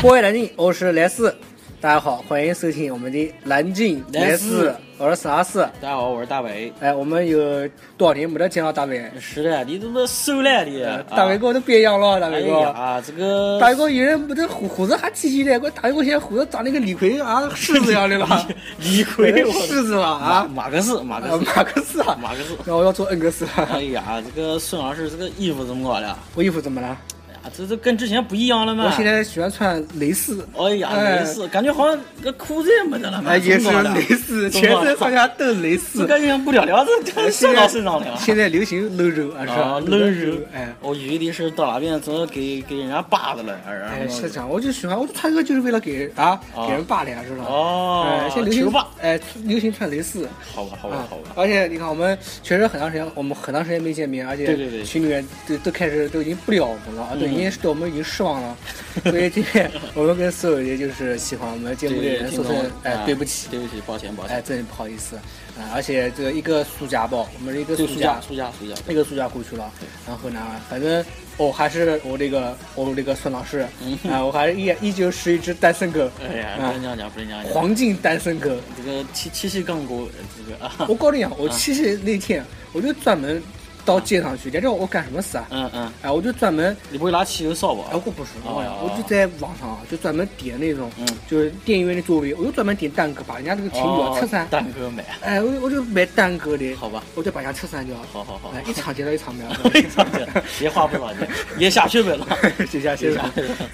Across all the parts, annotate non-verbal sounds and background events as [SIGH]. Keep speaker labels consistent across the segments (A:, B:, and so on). A: 波威蓝镜，我是莱斯，大家好，欢迎收听我们的蓝镜莱斯
B: 莱斯，
A: 我是阿四。
B: 大家好，我是大伟。
A: 哎，我们有多少年没得见到啊大伟？
B: 是的，你怎么瘦了你？
A: 呃大伟哥都变样了，大
B: 哎
A: 伟
B: 呀，
A: 哥。
B: 啊，这个
A: 大伟哥原来没得胡胡子还剃剃的，我大伟哥现在胡子长得跟李逵啊狮子一样的
B: [LAUGHS]
A: 了，
B: 李逵，哎我
A: 狮子了啊，
B: 马格斯，马
A: 啊
B: 格斯，
A: 马克思啊，
B: 马格斯。
A: 那我要做恩格斯
B: 哎
A: 了。
B: 呀，这个孙老师这个衣服怎么搞的？
A: 我衣服怎么了？
B: 哎呀，这这跟之前不一样了嘛。
A: 我现在喜欢穿蕾丝。
B: 哎呀，
A: 哎
B: 没事，感觉好像这裤子也没得了嘛。
A: 哎，也是
B: 怎么搞的
A: 蕾丝，
B: 怎
A: 全
B: 么搞的
A: 身上下都蕾丝
B: 这。个用不了了，这 [LAUGHS] 这
A: 现
B: 射
A: 在
B: 到身上了。
A: 现在流行露肉啊，是吧？
B: 啊，冷柔
A: 哎。
B: 我以为你是到哪边怎么给给人家扒的了，
A: 哎，
B: 然后
A: 是这样，我就喜欢，我就穿这个就是为了给啊
B: 啊
A: 给人扒脸，是吧？哎
B: 哦，，
A: 现在流
B: 球
A: 行
B: 吧，
A: 哎，流行穿蕾丝
B: 好吧，好吧
A: 啊，
B: 好吧，，
A: 而且你看，我们确实很长时间，我们很长时间没见面，而且
B: 对对对嗯
A: 群里面都都开始都已经不聊我们了，啊，都已经对我们已经失望
B: [LAUGHS]
A: 了，所以今天我们跟所有的就是喜欢我们节目的人
B: 听
A: 说
B: 众啊
A: 声，哎，对不起，
B: 对不起，抱歉，抱
A: 哎，
B: 歉。
A: 真不好意思，啊，而且这一个暑假吧，我们是一个暑
B: 暑
A: 假
B: 假，暑假，暑假，
A: 那个暑假过去了，然后呢，反正我还是我这个我这个孙老师啊，我还是依依旧是一只单身狗，
B: 嗯哎呀，嗯
A: 啊
B: 不能这样讲，不能这样讲。
A: 黄金单身狗。
B: 这个七七夕刚过，这个啊，
A: 我告诉你啊，我七夕那天我就专门到街上去，你知道我干什么事啊？
B: 嗯嗯，
A: 哎，我就专门，
B: 你不会拿汽油烧吧
A: 哎，我？不是，我告诉你啊
B: 哦
A: 我就在网上啊，就专门点那种
B: 嗯，
A: 就是电影院的座位，我就专门点单个，把人家这个情侣啊拆散。
B: 哦蛋哥买，
A: 哎，我我就买单个的，
B: 好吧， [LAUGHS]
A: 我就把人家拆散掉。
B: 好好好
A: 哎，，一场接着一场
B: [LAUGHS]
A: 没有。
B: 也花不少 [LAUGHS] 钱，也下血本了。
A: [LAUGHS] 谢谢谢
B: 谢
A: 谢。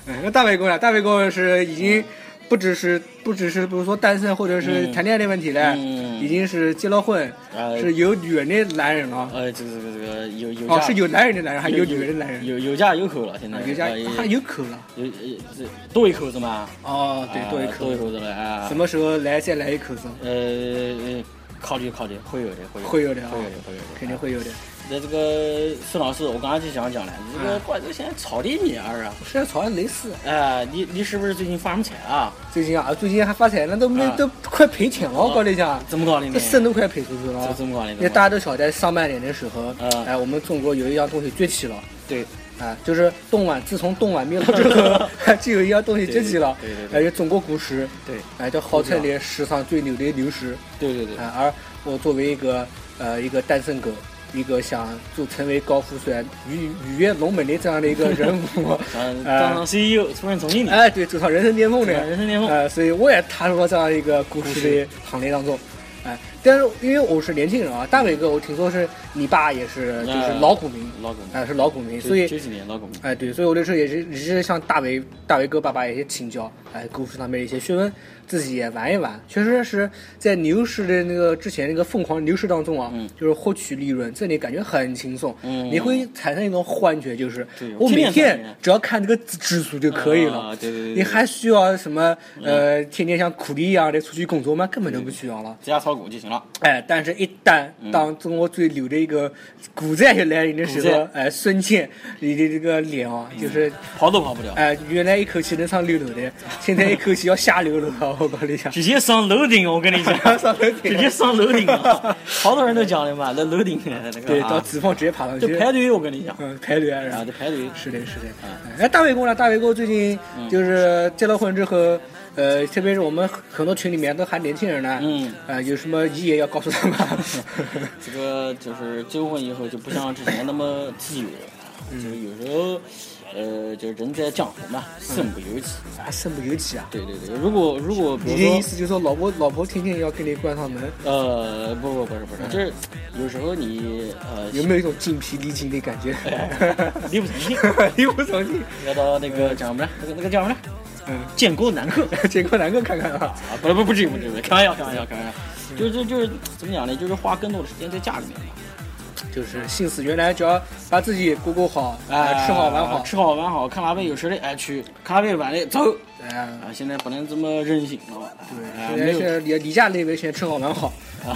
A: 哎那大伟哥呢？大伟哥是已经不只是不只是比如说单身或者是谈恋爱的问题了，
B: 嗯
A: 已经是结了婚，
B: 呃
A: 是有女人的男人了。
B: 呃，这个这个这个有有
A: 哦，
B: 家
A: 是有男人的男人，还有女人的男人，
B: 有有家有口了，现
A: 啊
B: 在
A: 有家
B: 呃有
A: 还有口了。
B: 有有这多一口子嘛？
A: 哦，对，
B: 啊
A: 多一
B: 多一
A: 口。
B: 口子了啊
A: 什。么时候来再来一口子？
B: 呃呃，考虑考虑，会有的，会有的，
A: 会有的啊
B: 会有的，会有的，
A: 肯定会有的。
B: 那这个孙老师，我刚才就想讲了，你
A: 嗯
B: 这个怪这现在炒的你儿啊，
A: 是在吵类似，
B: 哎、你你是不是最近发什么财啊？
A: 最近啊，最近还发财了，都没
B: 啊
A: 都快赔钱了。我告诉你讲，
B: 怎么搞的呢？啊
A: 这肾都快赔出去
B: 这
A: 了。
B: 怎么搞的？
A: 因为大家都晓得，上半年的时候
B: 嗯，
A: 哎，我们中国有一样东西崛起了。
B: 对，
A: 啊，就是冻卵，自从冻卵灭了之
B: [LAUGHS]
A: 后，就有一样东西崛起了，
B: 对对对对
A: 哎，就中国股市，
B: 对
A: 哎，就号称的史上最牛的牛市，
B: 对对对，，
A: 啊，而我作为一个呃一个单身狗，一个想做成为高富帅、鱼鱼跃龙门的这样的一个人物
B: [LAUGHS] 当当 E
A: 呃
B: 上 CEO，出任总经
A: [LAUGHS]
B: 理，
A: 哎，对，走上人生巅峰的，
B: 人生巅峰
A: 呃，所以我也踏入了这样一个股
B: 股
A: 市
B: 市
A: 的行列当中。哎，但是因为我是年轻人啊，大伟哥，我听说是你爸也是，就是
B: 嗯
A: 老股民，
B: 老公，
A: 哎，是老股民，所以
B: 九几年老公，
A: 哎，对，所以我那时候也是也是向大为大为哥爸爸也是请教，哎，股市上面的一些学问，自己也玩一玩。确实是在牛市的那个之前那个疯狂牛市当中啊，
B: 嗯
A: 就是获取利润，这里感觉很轻松，
B: 嗯
A: 你会产生一种幻觉，就是
B: 对
A: 我
B: 天
A: 每
B: 天赚
A: 天
B: 钱
A: 只要看这个指指数就可以了，
B: 啊对对对对嗯
A: 你还需要什么呃，天天像苦力一样的出去工作吗？根本就不需要了。
B: 在家炒股就行了。
A: 哎，但是，一旦当中国最牛的一个股灾就来临的时
B: 股
A: 候
B: 灾，
A: 哎，孙健你的这个脸啊，就是
B: 跑都跑不了，
A: 哎、原来一口气能上六楼 [LAUGHS] 的，现在一口气要下六楼了。我告诉你讲，
B: 直接上楼顶，我跟你讲，
A: [LAUGHS] 上楼
B: 直
A: 顶，
B: 接上楼顶
A: [LAUGHS]
B: 啊！好多人都讲的嘛，那楼顶那个
A: 对，
B: 啊
A: 到脂肪直接爬上
B: 就
A: 去，
B: 排队，我跟你讲，
A: 嗯，排队啊，然
B: 啊，
A: 后
B: 就排队，
A: 是的，是的。哎，大伟哥呢？大伟哥最近就是结了婚之后，呃，特别是我们很多群里面都还年轻人呢，
B: 嗯，
A: 啊，有什么遗言要告诉他们？
B: 这个就是结婚以后就不像之前那么自由了，就是有时候，呃，就是人在江湖嘛，
A: 嗯
B: 身不由己。
A: [LAUGHS] 啊，身不由己啊！
B: 对对对，如果如果比
A: 你的
B: 如
A: 意
B: 说，
A: 思就是说，老婆老婆天天要给你关上门，
B: 呃，不不不是不
A: 嗯
B: 是，就是有时候你呃
A: 有没有一种精疲力尽的感觉？ [LAUGHS]
B: 力不从心，
A: 力不从心。
B: 要到那个叫什么来，那个那个叫什么来，
A: 嗯，
B: 见沟南克
A: 结果难够看看啊。
B: 啊，不不不至于不至于，开玩笑开玩笑开玩笑，就是就就是怎么讲呢，就是花更多的时间在家里面吧，
A: 就是心思，原来只要把自己过过好，啊，
B: 哎，
A: 吃好玩好，
B: 吃好玩好，看哪边有吃的，哎去，看哪边有玩的，走。
A: 哎，
B: 啊，现在不能这么任性了，哎
A: 对，
B: 没
A: 原来
B: 有
A: 是离离家那边先吃好玩好，
B: 啊，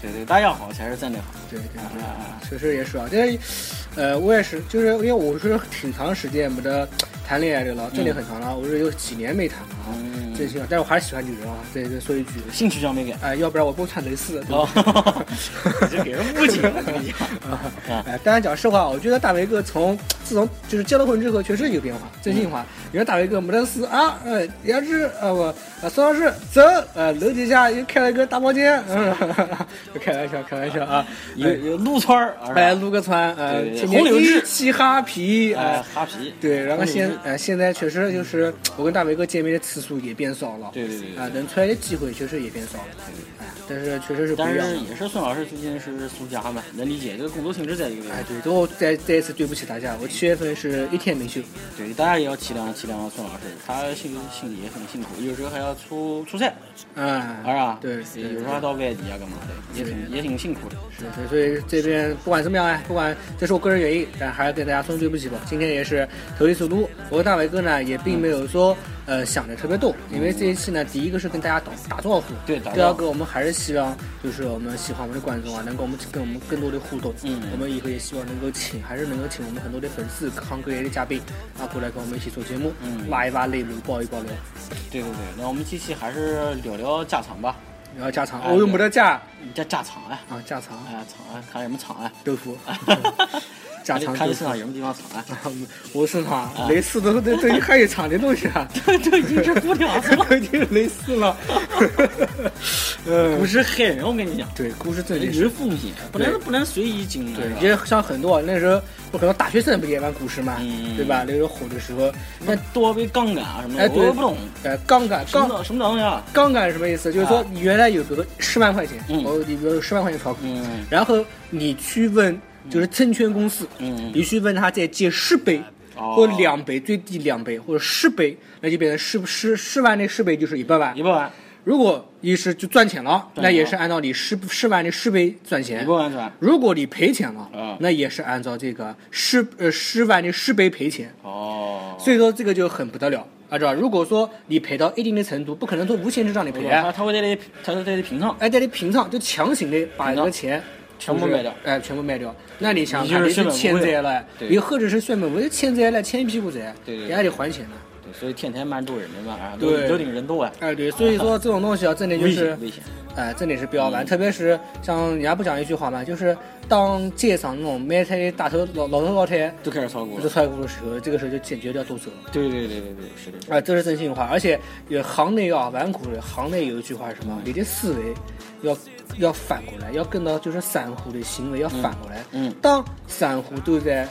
B: 对对，大家好才是真的好
A: 对对对，
B: 啊，
A: 确实也是啊，但是，呃，我也是，就是因为我是挺长时间没得谈恋爱这个了，这里很长了，我是有几年没谈了啊，
B: 嗯，
A: 真心话，但是我还是喜欢女人啊，这这说一句，
B: 性取向没改。
A: 哎，要不然我不会看蕾丝，对吧？ [LAUGHS]
B: 哦，你这给人误解了，跟你讲啊，
A: 哎，当然讲实话，我觉得大伟哥从自从就是结了婚之后，确实有变化，真心
B: 嗯
A: 话。你看大伟哥没得事啊，呃，也是呃我呃孙老师走，呃楼底下又开了个大包间，嗯， [LAUGHS] 开玩笑，开玩笑啊，
B: 有有撸串儿，啊
A: 哎，撸个串，呃，
B: 对对对
A: 天天
B: 红柳枝
A: 一嘻哈皮，
B: 哎
A: 哎，
B: 哈皮，
A: 对，然后现
B: 红柳枝
A: 呃现在确实就是我跟大伟哥见面的次数也变少了，
B: 对对对对
A: 啊，能出来的机会确实也变少了，哎，但是确实是不
B: 但
A: 一样的
B: 是。也是孙老师最近是输家嘛，能理解，这个工作性质在一个地
A: 哎
B: 方，。
A: 对，都再再一次对不起大家，我七月份是一天没休。
B: 对，大家也要体谅体谅孙老师，他心心里也很辛苦，有时候还要出出差，
A: 啊，
B: 是吧？
A: 对，对
B: 有时候还到外地啊，干嘛的，也挺也挺辛苦的。
A: 是是，所以这边不管怎么样哎，不管这是我个人原因，但还是跟大家说声对不起吧。今天也是头一次录，我和大伟哥呢也并没有说呃想的特别多，因为这一期呢，第一个是跟大家打打招呼，
B: 对打招呼
A: 第二个我们还是希望就是我们喜欢我们的观众啊，能跟我们跟我们更多的互动，
B: 嗯
A: 我们以后也希望能够请，还是能够请我们很多的粉丝，各行各业的嘉宾啊过来跟我们一起做节目，
B: 嗯
A: 挖一挖内幕，爆一爆料，
B: 对对对，那我们这期还是聊聊家常吧，
A: 然后加长，哦
B: 哎
A: 我又没得加
B: 你这家常啊，
A: 啊，加长
B: 哎呀厂啊，看什么厂啊？
A: 豆
B: [LAUGHS]
A: 腐，加
B: 看
A: 长
B: 你
A: 豆
B: 看你
A: 腐
B: 身。上有什么地方厂
A: [LAUGHS]
B: 啊？
A: 我身上蕾丝都都都还有长的东西啊， [LAUGHS]
B: 这这已经是姑娘了，
A: 都已经蕾丝了。 [LAUGHS] 嗯
B: 不，是害人，我跟你讲，
A: 对，故事最
B: 这
A: 真
B: 是
A: 实。
B: 风险，不能不能随意进来。
A: 对，
B: 是吧
A: 也像很多啊那时候，我很多大学生不也玩股市嘛，
B: 嗯
A: 对吧？那时候火的时候，那
B: 多被杠杆啊什么
A: 哎
B: 的，
A: 对
B: 我也不懂，
A: 呃杠杆
B: 什么
A: 杠
B: 东什么东西啊？
A: 杠杆是什么意思？就是说
B: 啊
A: 你原来有比如十万块钱，
B: 嗯
A: 哦，你比如十万块钱炒股，
B: 嗯
A: 然后你去问就是证券公司，
B: 嗯，
A: 你去问他再借十倍。
B: 哦
A: 或两倍，最低两倍，或者十倍，那就变成十十十万的十倍就是一百万
B: 一，百万，
A: 如果你是就赚钱了，
B: 赚钱了
A: 那也是按照你十十万的十倍赚
B: 一
A: 钱
B: 百；万转。
A: 如果你赔钱了，
B: 啊
A: 那也是按照这个十呃十万的十倍赔钱。
B: 哦，
A: 所以说这个就很不得了啊，知道吧？如果说你赔到一定的程度，不可能说无限制让你赔
B: 他
A: 啊，
B: 他会带你，他会带你平常，
A: 哎，带你平仓就强行的把
B: 平
A: 这
B: 仓
A: 个钱。
B: 全部
A: 就是
B: 卖掉
A: 哎，全部卖掉。那你想想，
B: 你
A: 你
B: 就是是血
A: 欠
B: 本无归
A: 债了，
B: 对
A: 你何止是血本无归，欠债了，欠一屁股债，
B: 对对对
A: 你还得还钱呢。
B: 对，所以天台蛮多人的嘛，啊，楼
A: 对
B: 楼顶人多啊，
A: 哎，对，所以说这种东西啊，真的就
B: 危
A: 是
B: 险危嗯险，
A: 哎，这里是不要玩，特别是像人家不讲一句话嘛，就是当街上那种卖菜的大头老老头老太
B: 都开始炒股
A: 就
B: 了，
A: 出来的时候，这个时候就坚决要剁手了。
B: 对对对对对，是的，
A: 啊、这是真心话，而且也行内啊，玩股的行内有一句话是什么？你的思维要要反过来，要跟到就是散户的行为要反过来。
B: 嗯，
A: 当散户都在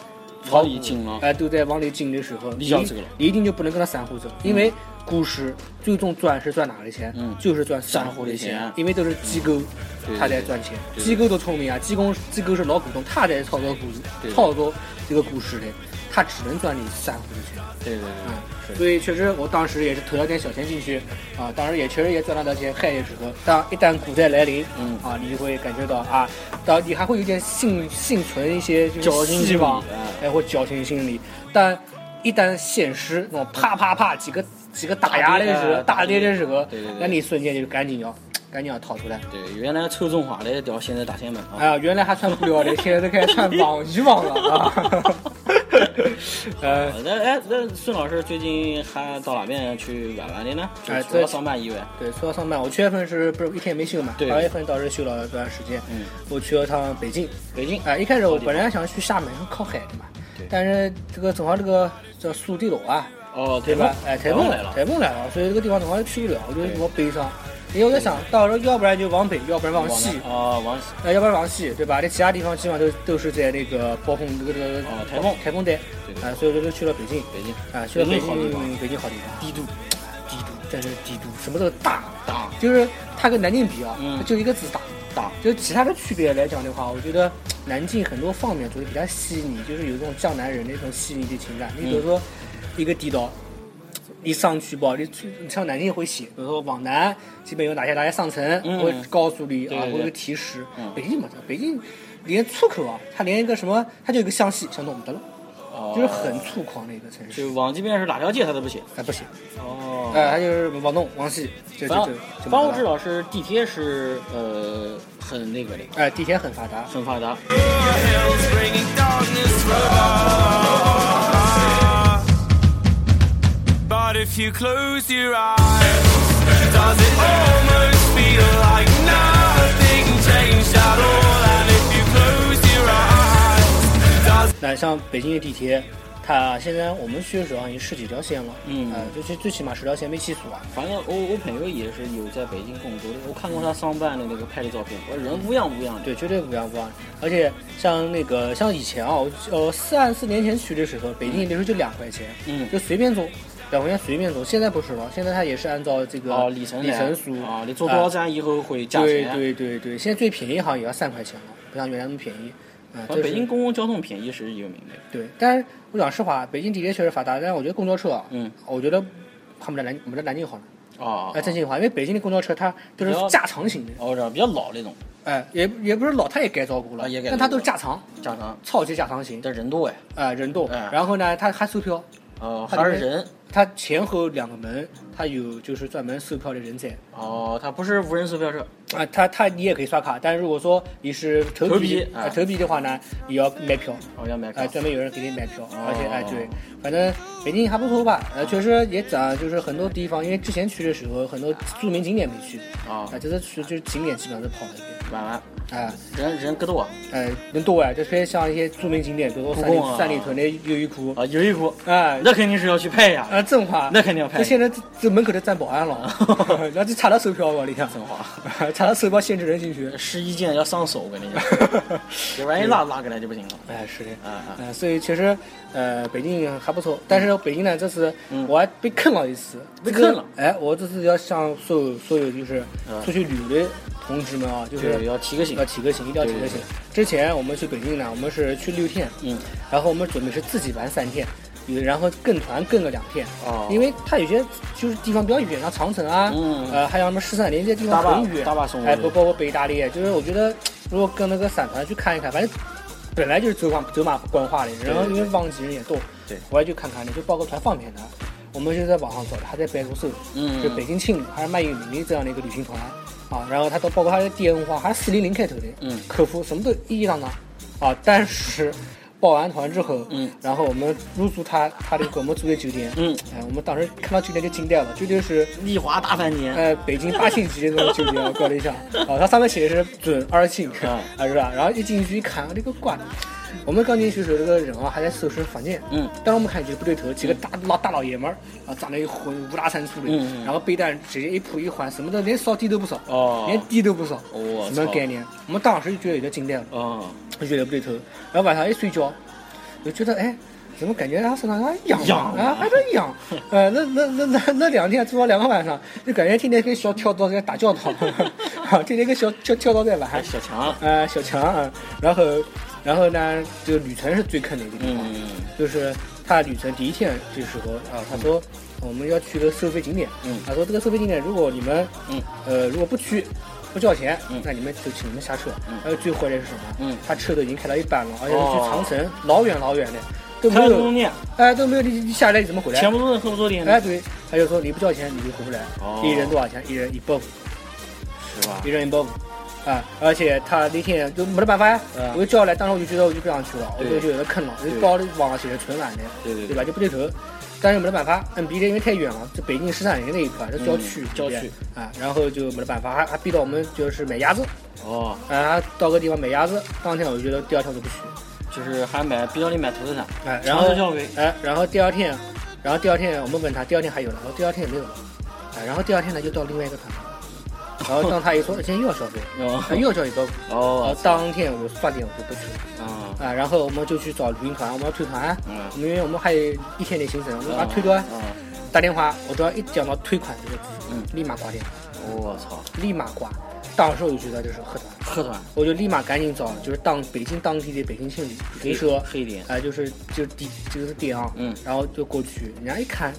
A: 炒
B: 往
A: 股
B: 里进了
A: 哎、都在往里进的时候，
B: 你
A: 你
B: 要走了
A: 你一定就不能跟着散户走，因为股市最终赚是赚哪的钱？
B: 嗯
A: 就是赚散户的
B: 散户的钱嗯
A: 因为都是机构
B: 对
A: 他在赚钱，
B: 对对
A: 机构多聪明啊，机构机构是老股东，他在操作股
B: 对
A: 操作这个股市的，他只能赚你散户的钱。
B: 对对对，是的，
A: 所以确实，我当时也是投了点小钱进去，啊，当时也确实也赚了点钱，嗨的时候，当一旦股灾来临，
B: 嗯
A: 啊，你就会感觉到啊，到你还会有点幸幸存一些就
B: 侥
A: 是
B: 幸
A: 希
B: 心理
A: 望，
B: 哎
A: 哎，或侥幸心理，但一旦现实那种啪啪啪几个几个打压的时候，
B: 大
A: 大
B: 跌
A: 跌
B: 的
A: 的
B: 时
A: 时
B: 候
A: 候
B: 对对对，哦
A: 那你瞬间就赶紧要赶紧要逃出来。
B: 对，原来抽中华的掉，现在打前门
A: 哎
B: 啊，
A: 呀，原来还穿布料的，现在都开始穿
B: [LAUGHS]
A: 网鱼网了啊！ [LAUGHS] 呃，
B: 呃那哎那孙老师最近还到哪边去玩玩的呢？就
A: 哎
B: 除了
A: 这
B: 上班以外，
A: 对，说到上班，我七月份是不是一天没休嘛？
B: 对
A: 二月份倒是休了一段时间。
B: 嗯，
A: 我去了趟北京，
B: 北京，
A: 哎、一开始我本来想去厦门，靠海的嘛
B: 对。
A: 但是这个正好这个叫苏地楼啊，
B: 哦，
A: 对吧？哎，
B: 台
A: 台风
B: 来了，
A: 台风来了，所以这个地方正好去不了，我就
B: 对
A: 我悲伤。因为我在想到时候要不然就往北，要不然往
B: 往
A: 西
B: 南，哦，往西，
A: 呃，要不然往西，对吧？这其他地方基本上都都是在那个暴风这个这个
B: 哦台风
A: 台风带，
B: 对
A: 啊，所以我就去了北京，
B: 北京，
A: 啊，去了
B: 北
A: 北
B: 京好地
A: 京，北京好地方，
B: 帝都，
A: 帝都，真是帝都，什么都大，
B: 大，
A: 就是它跟南京比啊，
B: 嗯
A: 就一个字大。
B: 大，
A: 就其他的区别来讲的话，我觉得南京很多方面做的比较细腻，就是有一种江南人的一种细腻的情感。你
B: 嗯
A: 比如说，一个地道，你上去吧，你去你上南京会写，比如说往南基本有哪些哪些商城，
B: 嗯
A: 会告诉你
B: 对
A: 啊，会
B: 对
A: 有
B: 对
A: 个提示
B: 嗯。
A: 北京没得，北京连出口啊，它连一个什么，它就有一个湘西，湘东没得了，
B: 哦
A: 就是很，粗犷的一个城市。
B: 就往这边是哪条街他都不写，
A: 哎，不行，
B: 哦
A: 哎，它就是往东、往西，就就
B: 反
A: 就就
B: 正
A: 没得了。
B: 反正我知道是地铁是呃很那个的，
A: 哎，地铁很发达。
B: 很发达。
C: Hell's bringing darkness far. hard if you close your eyes. Does it almost feel like nothing changed at all? And if you close your eyes, does
A: 那像北京的地铁，它现在我们去的时候好像有十几条线了，
B: 嗯
A: 呃，最起最起码十条线没起诉啊。
B: 反正我我朋友也是有在北京工作的，我看过他上班的那个拍的照片，我人乌泱乌泱的。
A: 对，绝对不一样不一样。而且像那个像以前啊，我呃三四年前去的时候，北京那时候就两块钱，
B: 嗯
A: 就随便走，两块钱随便走。现在不是了，现在它也是按照这个
B: 哦，里程
A: 里
B: 来
A: 程数
B: 啊，你坐多少站以后会加
A: 对
B: 钱？
A: 对对对，现在最便宜好像也要三块钱了，不像原来那么便宜。嗯，
B: 反
A: 这
B: 正哦北
A: 是
B: 京公共交通便宜是有名的。
A: 对，但是我讲实话，北京地铁确实发达，但是我觉得公交车啊，
B: 嗯，
A: 我觉得他们在南我们在南京好了，
B: 啊，
A: 哎，真心话，因为北京的公交车它都是
B: 比较
A: 加长型的，
B: 哦，这样比较老那种，
A: 哎，也也不是老，它也改造过了，
B: 啊也改造
A: 但它都是加长，
B: 加长，
A: 超级加长型，
B: 但人多哎，
A: 哎，人多，
B: 哎
A: 然后呢，它还售票，
B: 呃，
A: 它里
B: 还是
A: 面
B: 人
A: 它前后两个门，它有就是专门售票的人在，
B: 哦，它不是无人售票车，
A: 啊，它它你也可以刷卡，但如果说你是投
B: 投
A: 币
B: 币
A: 啊
B: 哎
A: 投币的话呢，你要买票，
B: 哦，要买
A: 哎，
B: 票。
A: 专门有人给你买票，而且
B: 哦
A: 哎对，反正北京还不错吧，呃，确实也涨，就是很多地方，因为之前去的时候很多著名景点没去，
B: 啊
A: 啊，，这次去就是景点基本上都跑了一遍，
B: 晚安，
A: 哎
B: 人人更多啊，
A: 哎，人多哎，就特别像一些著名景点，比如说三
B: 故宫
A: 里
B: 啊
A: 三里屯的优衣库，
B: 啊，优衣库，
A: 哎，
B: 那肯定是要去拍呀，
A: 啊，真话，
B: 那肯定要拍哦
A: 这现在这这门口都站保安 [LAUGHS] 了，那就查他售票吧，你看，
B: 真话。
A: [LAUGHS] 查他售票限制人进
B: [LAUGHS]
A: 去。
B: 试衣间要上手，我跟 [LAUGHS] 你讲，这玩意拉拉过来就不行了。
A: 哎，是的，
B: 啊啊，
A: 嗯，所以其实，呃，北京还不错，但是北京呢，这次
B: 嗯
A: 我还被坑了一次，
B: 被
A: 这个
B: 坑了
A: 哎，我这次要向所有所有就是
B: 嗯
A: 出去旅游的同志们啊，就
B: 对，呃
A: 是
B: 要提个醒
A: 要。提个醒，一定要提
B: 对
A: 个
B: 对
A: 醒。之前我们去北京呢，我们是去六天，
B: 嗯，
A: 然后我们准备是自己玩三天，有然后跟团跟个两天，
B: 哦
A: 因为它有些就是地方比较远，像长城啊，
B: 嗯
A: 呃，还有什么十三陵这些地
B: 大
A: 方
B: 巴
A: 很远，
B: 大巴送过
A: 哎，
B: 去
A: 包括我北意大利，就是我觉得如果跟那个散团去看一看，反正本来就是走马走马观花的，然后因为旺季人也多，
B: 对
A: 我也去看看的，就报个团方便的。我们就在网上找的，还在百度搜，
B: 嗯
A: 就北京青旅还是蛮有名的这样的一个旅行团啊。然后他都包括他的电话还是四零零开头的，
B: 嗯
A: 客服什么都一一当当啊。但是报完团之后，
B: 嗯，
A: 然后我们入住他他这个我们住的酒店，
B: 嗯，
A: 哎，我们当时看到酒店就惊呆了，酒店是
B: 丽华大饭店，
A: 呃，北京八星级的那种酒店，我搞了一下，啊，它上面写的是准二星，
B: 啊
A: 啊是吧？然后一进去一看，这个瓜，我们刚进去的时候，这个人啊还在收拾房间，
B: 嗯，
A: 当时我们看觉得不对头，几个大老大老爷们儿啊，长得浑五大三粗的，
B: 嗯嗯
A: 然后被单直接一铺一换，什么的连扫地都不扫，
B: 哦
A: 连地都不扫，
B: 我
A: 什么
B: 操
A: 概念？我们当时就觉得有点惊呆了。
B: 啊，
A: 我觉得不对头。然后晚上一睡觉，就觉得哎，怎么感觉他身上还痒
B: 痒
A: 啊，还在痒。呃，那那那那 [LAUGHS] 那两天做了两个晚上，就感觉天天跟小跳蚤在打交道， [LAUGHS] 啊，天天跟小小跳蚤在玩
B: [LAUGHS] 哎，。小强，
A: 呃，小强啊，然后然后呢，这个旅程是最坑的一个地方，
B: 嗯
A: 就是他旅程第一天这时候啊，他说。我们要去个收费景点，
B: 嗯
A: 他说这个收费景点，如果你们，
B: 嗯，
A: 呃，如果不去，不交钱，
B: 嗯
A: 那你们就请你们下车。
B: 嗯
A: 还有最坏的是什么？
B: 嗯，
A: 他车都已经开到一半了，而且是去
B: 哦
A: 长城，老远老远的，都没
B: 开东
A: 有，
B: 面，
A: 哎，都没有，你你下来你怎么回来
B: 前？不着村后不着店，
A: 哎，对，他就说你不交钱你就回不来，
B: 哦
A: 一人多少钱？一人一包，
B: 是吧
A: 一？人一包。啊！而且他那天就没得办法呀
B: 嗯，
A: 我就叫来，当时我就觉得我就不想去了，我
B: 对
A: 就觉得有点坑了，就
B: 对
A: 包里网上写着纯晚的，
B: 对对
A: 对，吧？就不对头，但是没得办法，NB 的因为太远了，这北京十三陵那一块，这郊区里
B: 嗯
A: 面
B: 郊区
A: 啊，然后就没得办法，还还逼到我们就是买鸭子
B: 哦，
A: 啊，到个地方买鸭子，当天我就觉得第二天我就不去，
B: 就是还买必要得买土特产，
A: 哎，然
B: 长
A: 后
B: 寿消费，
A: 哎，然后第二天，然后第二天我们问他，第二天还有了，然后第二天也没有了，哎，然后第二天呢就到另外一个团，然后当他一说今天又要消费，哎
B: 哦
A: 又要交一包，然后
B: 哦
A: 当天我饭店我就不去了
B: 啊，
A: 啊，然后我们就去找旅行团，我们要退团，
B: 嗯
A: 我们因为我们还有一天的行程，我们把它退
B: 啊
A: 掉，，打电话，我只要一讲到退款这个
B: 嗯
A: 字，立马挂电话，
B: 我操，
A: 立马挂，当时我就觉得这是喝团，
B: 喝团，
A: 我就立马赶紧找就是当北京当地的北京青旅旅行社。
B: 黑点，
A: 哎、就是就是地就是地啊，
B: 嗯
A: 然后就过去，人家一看，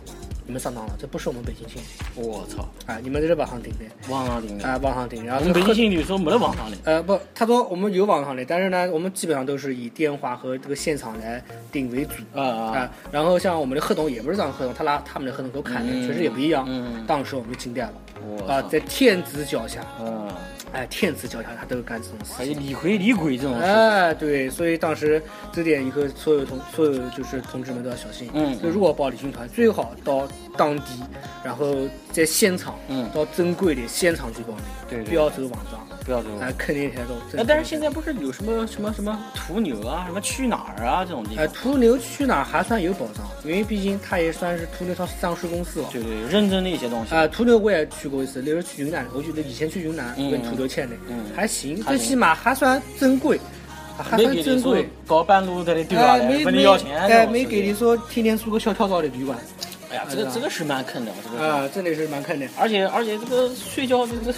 A: 你们上当了，这不是我们北京青旅，
B: 我操，
A: 啊、你们在这网上订的，
B: 网上订的，
A: 啊、网上订，然
B: 嗯我
A: 后
B: 们
A: 就
B: 北
A: 喝
B: 京青旅说没得网上的，
A: 呃不，他说我们有网上的，但是呢，我们基本上都是以电话和这个现场来订为主。
B: 啊
A: 啊、
B: 啊，
A: 然后像我们的合同也不是这样合同，他拿他们的合同给我看的，
B: 嗯
A: 确实也不一样。
B: 嗯
A: 当时我们就惊呆了，
B: 我
A: 啊，
B: 操
A: 在天子脚下，
B: 嗯，
A: 哎，天子脚下他都会干这种
B: 还
A: 事
B: 有
A: 情。
B: 李逵、李鬼这种事情，
A: 哎，对，所以当时这点以后，所有同所有就是同志们都要小心。
B: 嗯
A: 所以如果报旅行团，最好到当地，然后在现场，
B: 嗯
A: 到珍贵的现场去报名，
B: 对对
A: 不要走网上，
B: 不要这种。
A: 哎，坑里才走。
B: 哎，但是现在不是有什么什么什么途牛啊，什么去哪儿啊这种地
A: 哎，
B: 方？
A: 途牛去哪儿还算有保障，因为毕竟它也算是途牛它上市公司了。
B: 对对，认真的一些东西。
A: 啊，途牛我也去过一次，那时候去云南，我觉得以前去云南
B: 嗯
A: 跟途牛签的
B: 嗯，
A: 还行，
B: 还
A: 最
B: 行
A: 起码还算珍贵，啊还
B: 没
A: 算
B: 给
A: 珍
B: 你说
A: 贵。
B: 搞半路在那丢下
A: 哎，
B: 来，
A: 没
B: 问
A: 没
B: 你要钱，
A: 哎，
B: 这种
A: 没
B: 事
A: 给你
B: 情。
A: 说天天住个小跳蚤的旅馆，
B: 哎呀，这个
A: 哎
B: 这个是蛮坑的，这个。
A: 啊，真的是蛮坑的。
B: 而且而且这个睡觉这个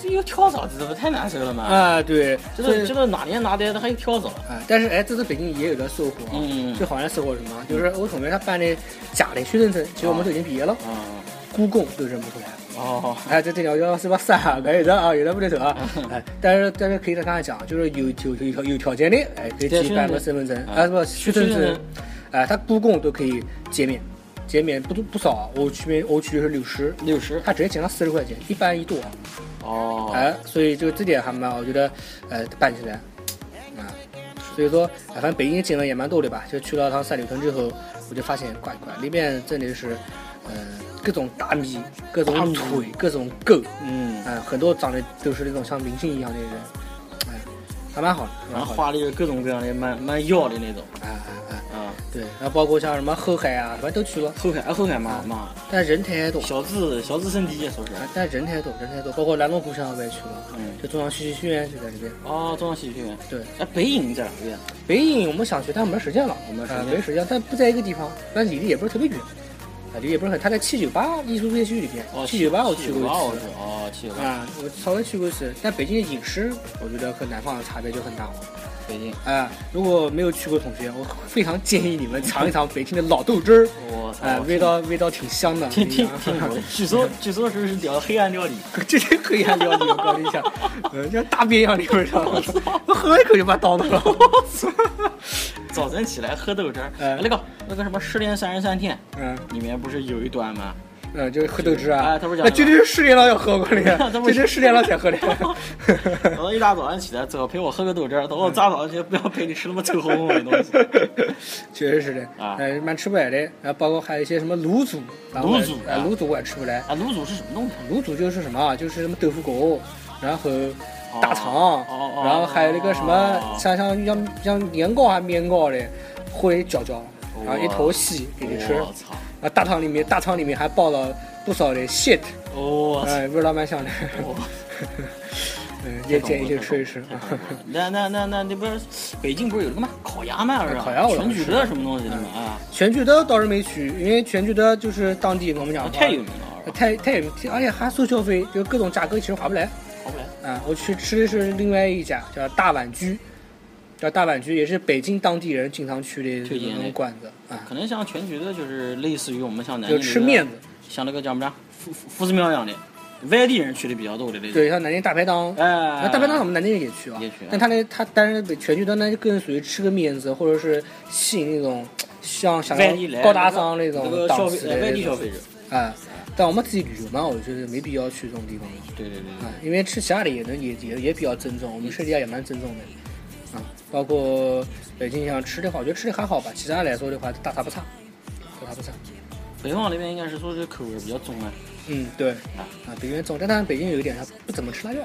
B: 这有跳蚤，这不太难受了嘛？
A: 啊，对，
B: 这
A: 所以
B: 个这个哪年哪代的还有跳蚤？
A: 啊，但是哎，这次北京也有点收获啊
B: 嗯，
A: 最好像收获什么？就是我同学他办的假的学生证，其实
B: 啊
A: 我们都已经毕业了，
B: 嗯，
A: 故宫都认不出来。
B: 哦，
A: 哎，这这条叫什么三啊？有的啊，有的不得走
B: [LAUGHS]
A: 啊。哎，但是但是可以跟大家讲，就是有有有条有条件的，哎，可以
B: 对
A: 去
B: 身
A: 办个
B: 份
A: 身份证，
B: 啊
A: 哎不，学生
B: 学生
A: 证
B: 证，
A: 哎，他故宫都可以减免，减免不多不少，啊我去我去是六十，
B: 六十，
A: 他直接减了四十块钱，一般一多。
B: 哦，
A: 哎，所以就这点还蛮，我觉得，呃，办起来，啊，所以说，哎反正北京景点也蛮多的吧。就去了趟三里屯之后，我就发现，乖乖，里面真的是，嗯、各种大米，各
B: 大
A: 种
B: 米
A: 腿，各种狗，
B: 嗯，
A: 哎、很多长得都是那种像明星一样的人，哎、还蛮好的，还
B: 然
A: 蛮
B: 后
A: 好的，
B: 画的有各种各样的，蛮蛮妖的那种，
A: 哎哎哎，
B: 啊，
A: 对，然后包括像什么后海啊，反正都去了，
B: 后海后海嘛嘛，
A: 但人太多，
B: 小资小资圣地说是，
A: 哎但人太多，人太多，包括蓝龙湖上我也去了，
B: 嗯，
A: 就中央戏剧学院就在这边，
B: 哦，中央戏剧学院，
A: 对。
B: 哎，北影在哪边？
A: 北影我们想去，但没时间了，
B: 我们
A: 啊
B: 时间
A: 没时间，但不在一个地方，但离得也不是特别远，啊，离得也不是很。他在七九八艺术街区里面，
B: 哦，
A: 七九八我去过
B: 七九八我
A: 一
B: 知
A: 次，
B: 道哦，七九八，
A: 啊，我稍微去过一次。但北京的饮食，我觉得和南方的差别就很大了。
B: 北京，
A: 啊，如果没有去过同学，我非常建议你们尝一尝北京的老豆汁儿，
B: 我
A: 啊，
B: 操，
A: 味道味道挺香的。
B: 哦挺哎挺
A: 我跟
B: 挺
A: 你讲
B: 牛的，据说据说是是聊黑暗料理，
A: 这些 [LAUGHS] 可以按料理，我告诉你
B: [LAUGHS]
A: 讲，嗯，像大便一样的味道，我喝一口就把倒了。
B: 早晨起来喝豆汁儿，
A: 哎
B: 那个那个什么《失恋三十三天
A: 嗯。》
B: 里面不是有一段 [LAUGHS] 吗？
A: 嗯，就是喝豆汁啊，
B: 哎他不是讲
A: 那绝对是失恋了要喝过的
B: [LAUGHS] 他，不
A: 绝
B: 是
A: 对失恋了才喝的。
B: [LAUGHS] 然后一大早上起来，走陪我喝个豆汁儿，等我大早上起来不要陪你吃那么臭烘烘的东西。
A: 确实是的，
B: 啊
A: 哎，蛮吃不来的。然后包括还有一些什么卤煮，然后我也
B: 卤煮
A: 哎，
B: 啊
A: 卤煮我也吃不来。
B: 啊，卤煮是什么东西？
A: 卤煮就是什么啊，就是什么豆腐果，然后大肠，
B: 哦哦哦
A: 然后还有那个什么
B: 哦
A: 像像像像年糕还面糕的，烩搅搅，然后一坨稀给你吃。
B: 我操！
A: 然后大肠里面大肠里面还包了不少的
B: [LAUGHS]
A: shit，
B: 哦我操！
A: 哎，味道蛮香的。 [LAUGHS] 嗯，也建议去吃一吃啊。
B: 那那那那那不是北京不是有那个嘛烤鸭嘛是吧？
A: 烤鸭我倒嗯
B: 啊全
A: 是
B: 聚德什么东西的嘛啊，
A: 全聚德倒是没去，因为全聚德就是当地我们讲
B: 那
A: 的话
B: 啊哦太有名了，是吧
A: 太太有名，而且还收消费，就各种价格其实划不来
B: 好不来。
A: 啊。我去吃的是另外一家叫大碗居，叫大碗居也是北京当地人经常去的
B: 推荐
A: 那
B: 的
A: 种馆子啊，
B: 可能像全聚德就是类似于我们像南
A: 就
B: 京
A: 吃
B: 那个
A: 面，子，
B: 像那个叫什么着夫夫夫子庙一样的，外地人去的比较多的那种。
A: 对，像南京大排档。
B: 哎
A: 那，大排档我们南京人也去啊
B: 也去啊，
A: 但他那他但是全聚德呢，就更属于吃个面子，或者是吸引那种像想
B: 外地来
A: 要高大上那种
B: 那个消
A: 档
B: 费
A: 次
B: 呃
A: 的
B: 外
A: 那
B: 地消
A: 种
B: 费者。
A: 啊。但我们自己旅游嘛，我觉得没必要去这种地方了。
B: 对对对
A: 啊，因为吃其他的也能也也也比较正宗，我们吃的也蛮正宗的，啊，包括北京像吃的话，我觉得吃的还好吧，其他来说的话大差不差，大差不差。
B: 对，北方那边应该是说是口味比较重啊，
A: 嗯，对，啊，北京重，但但北京有一点，他不怎么吃辣椒，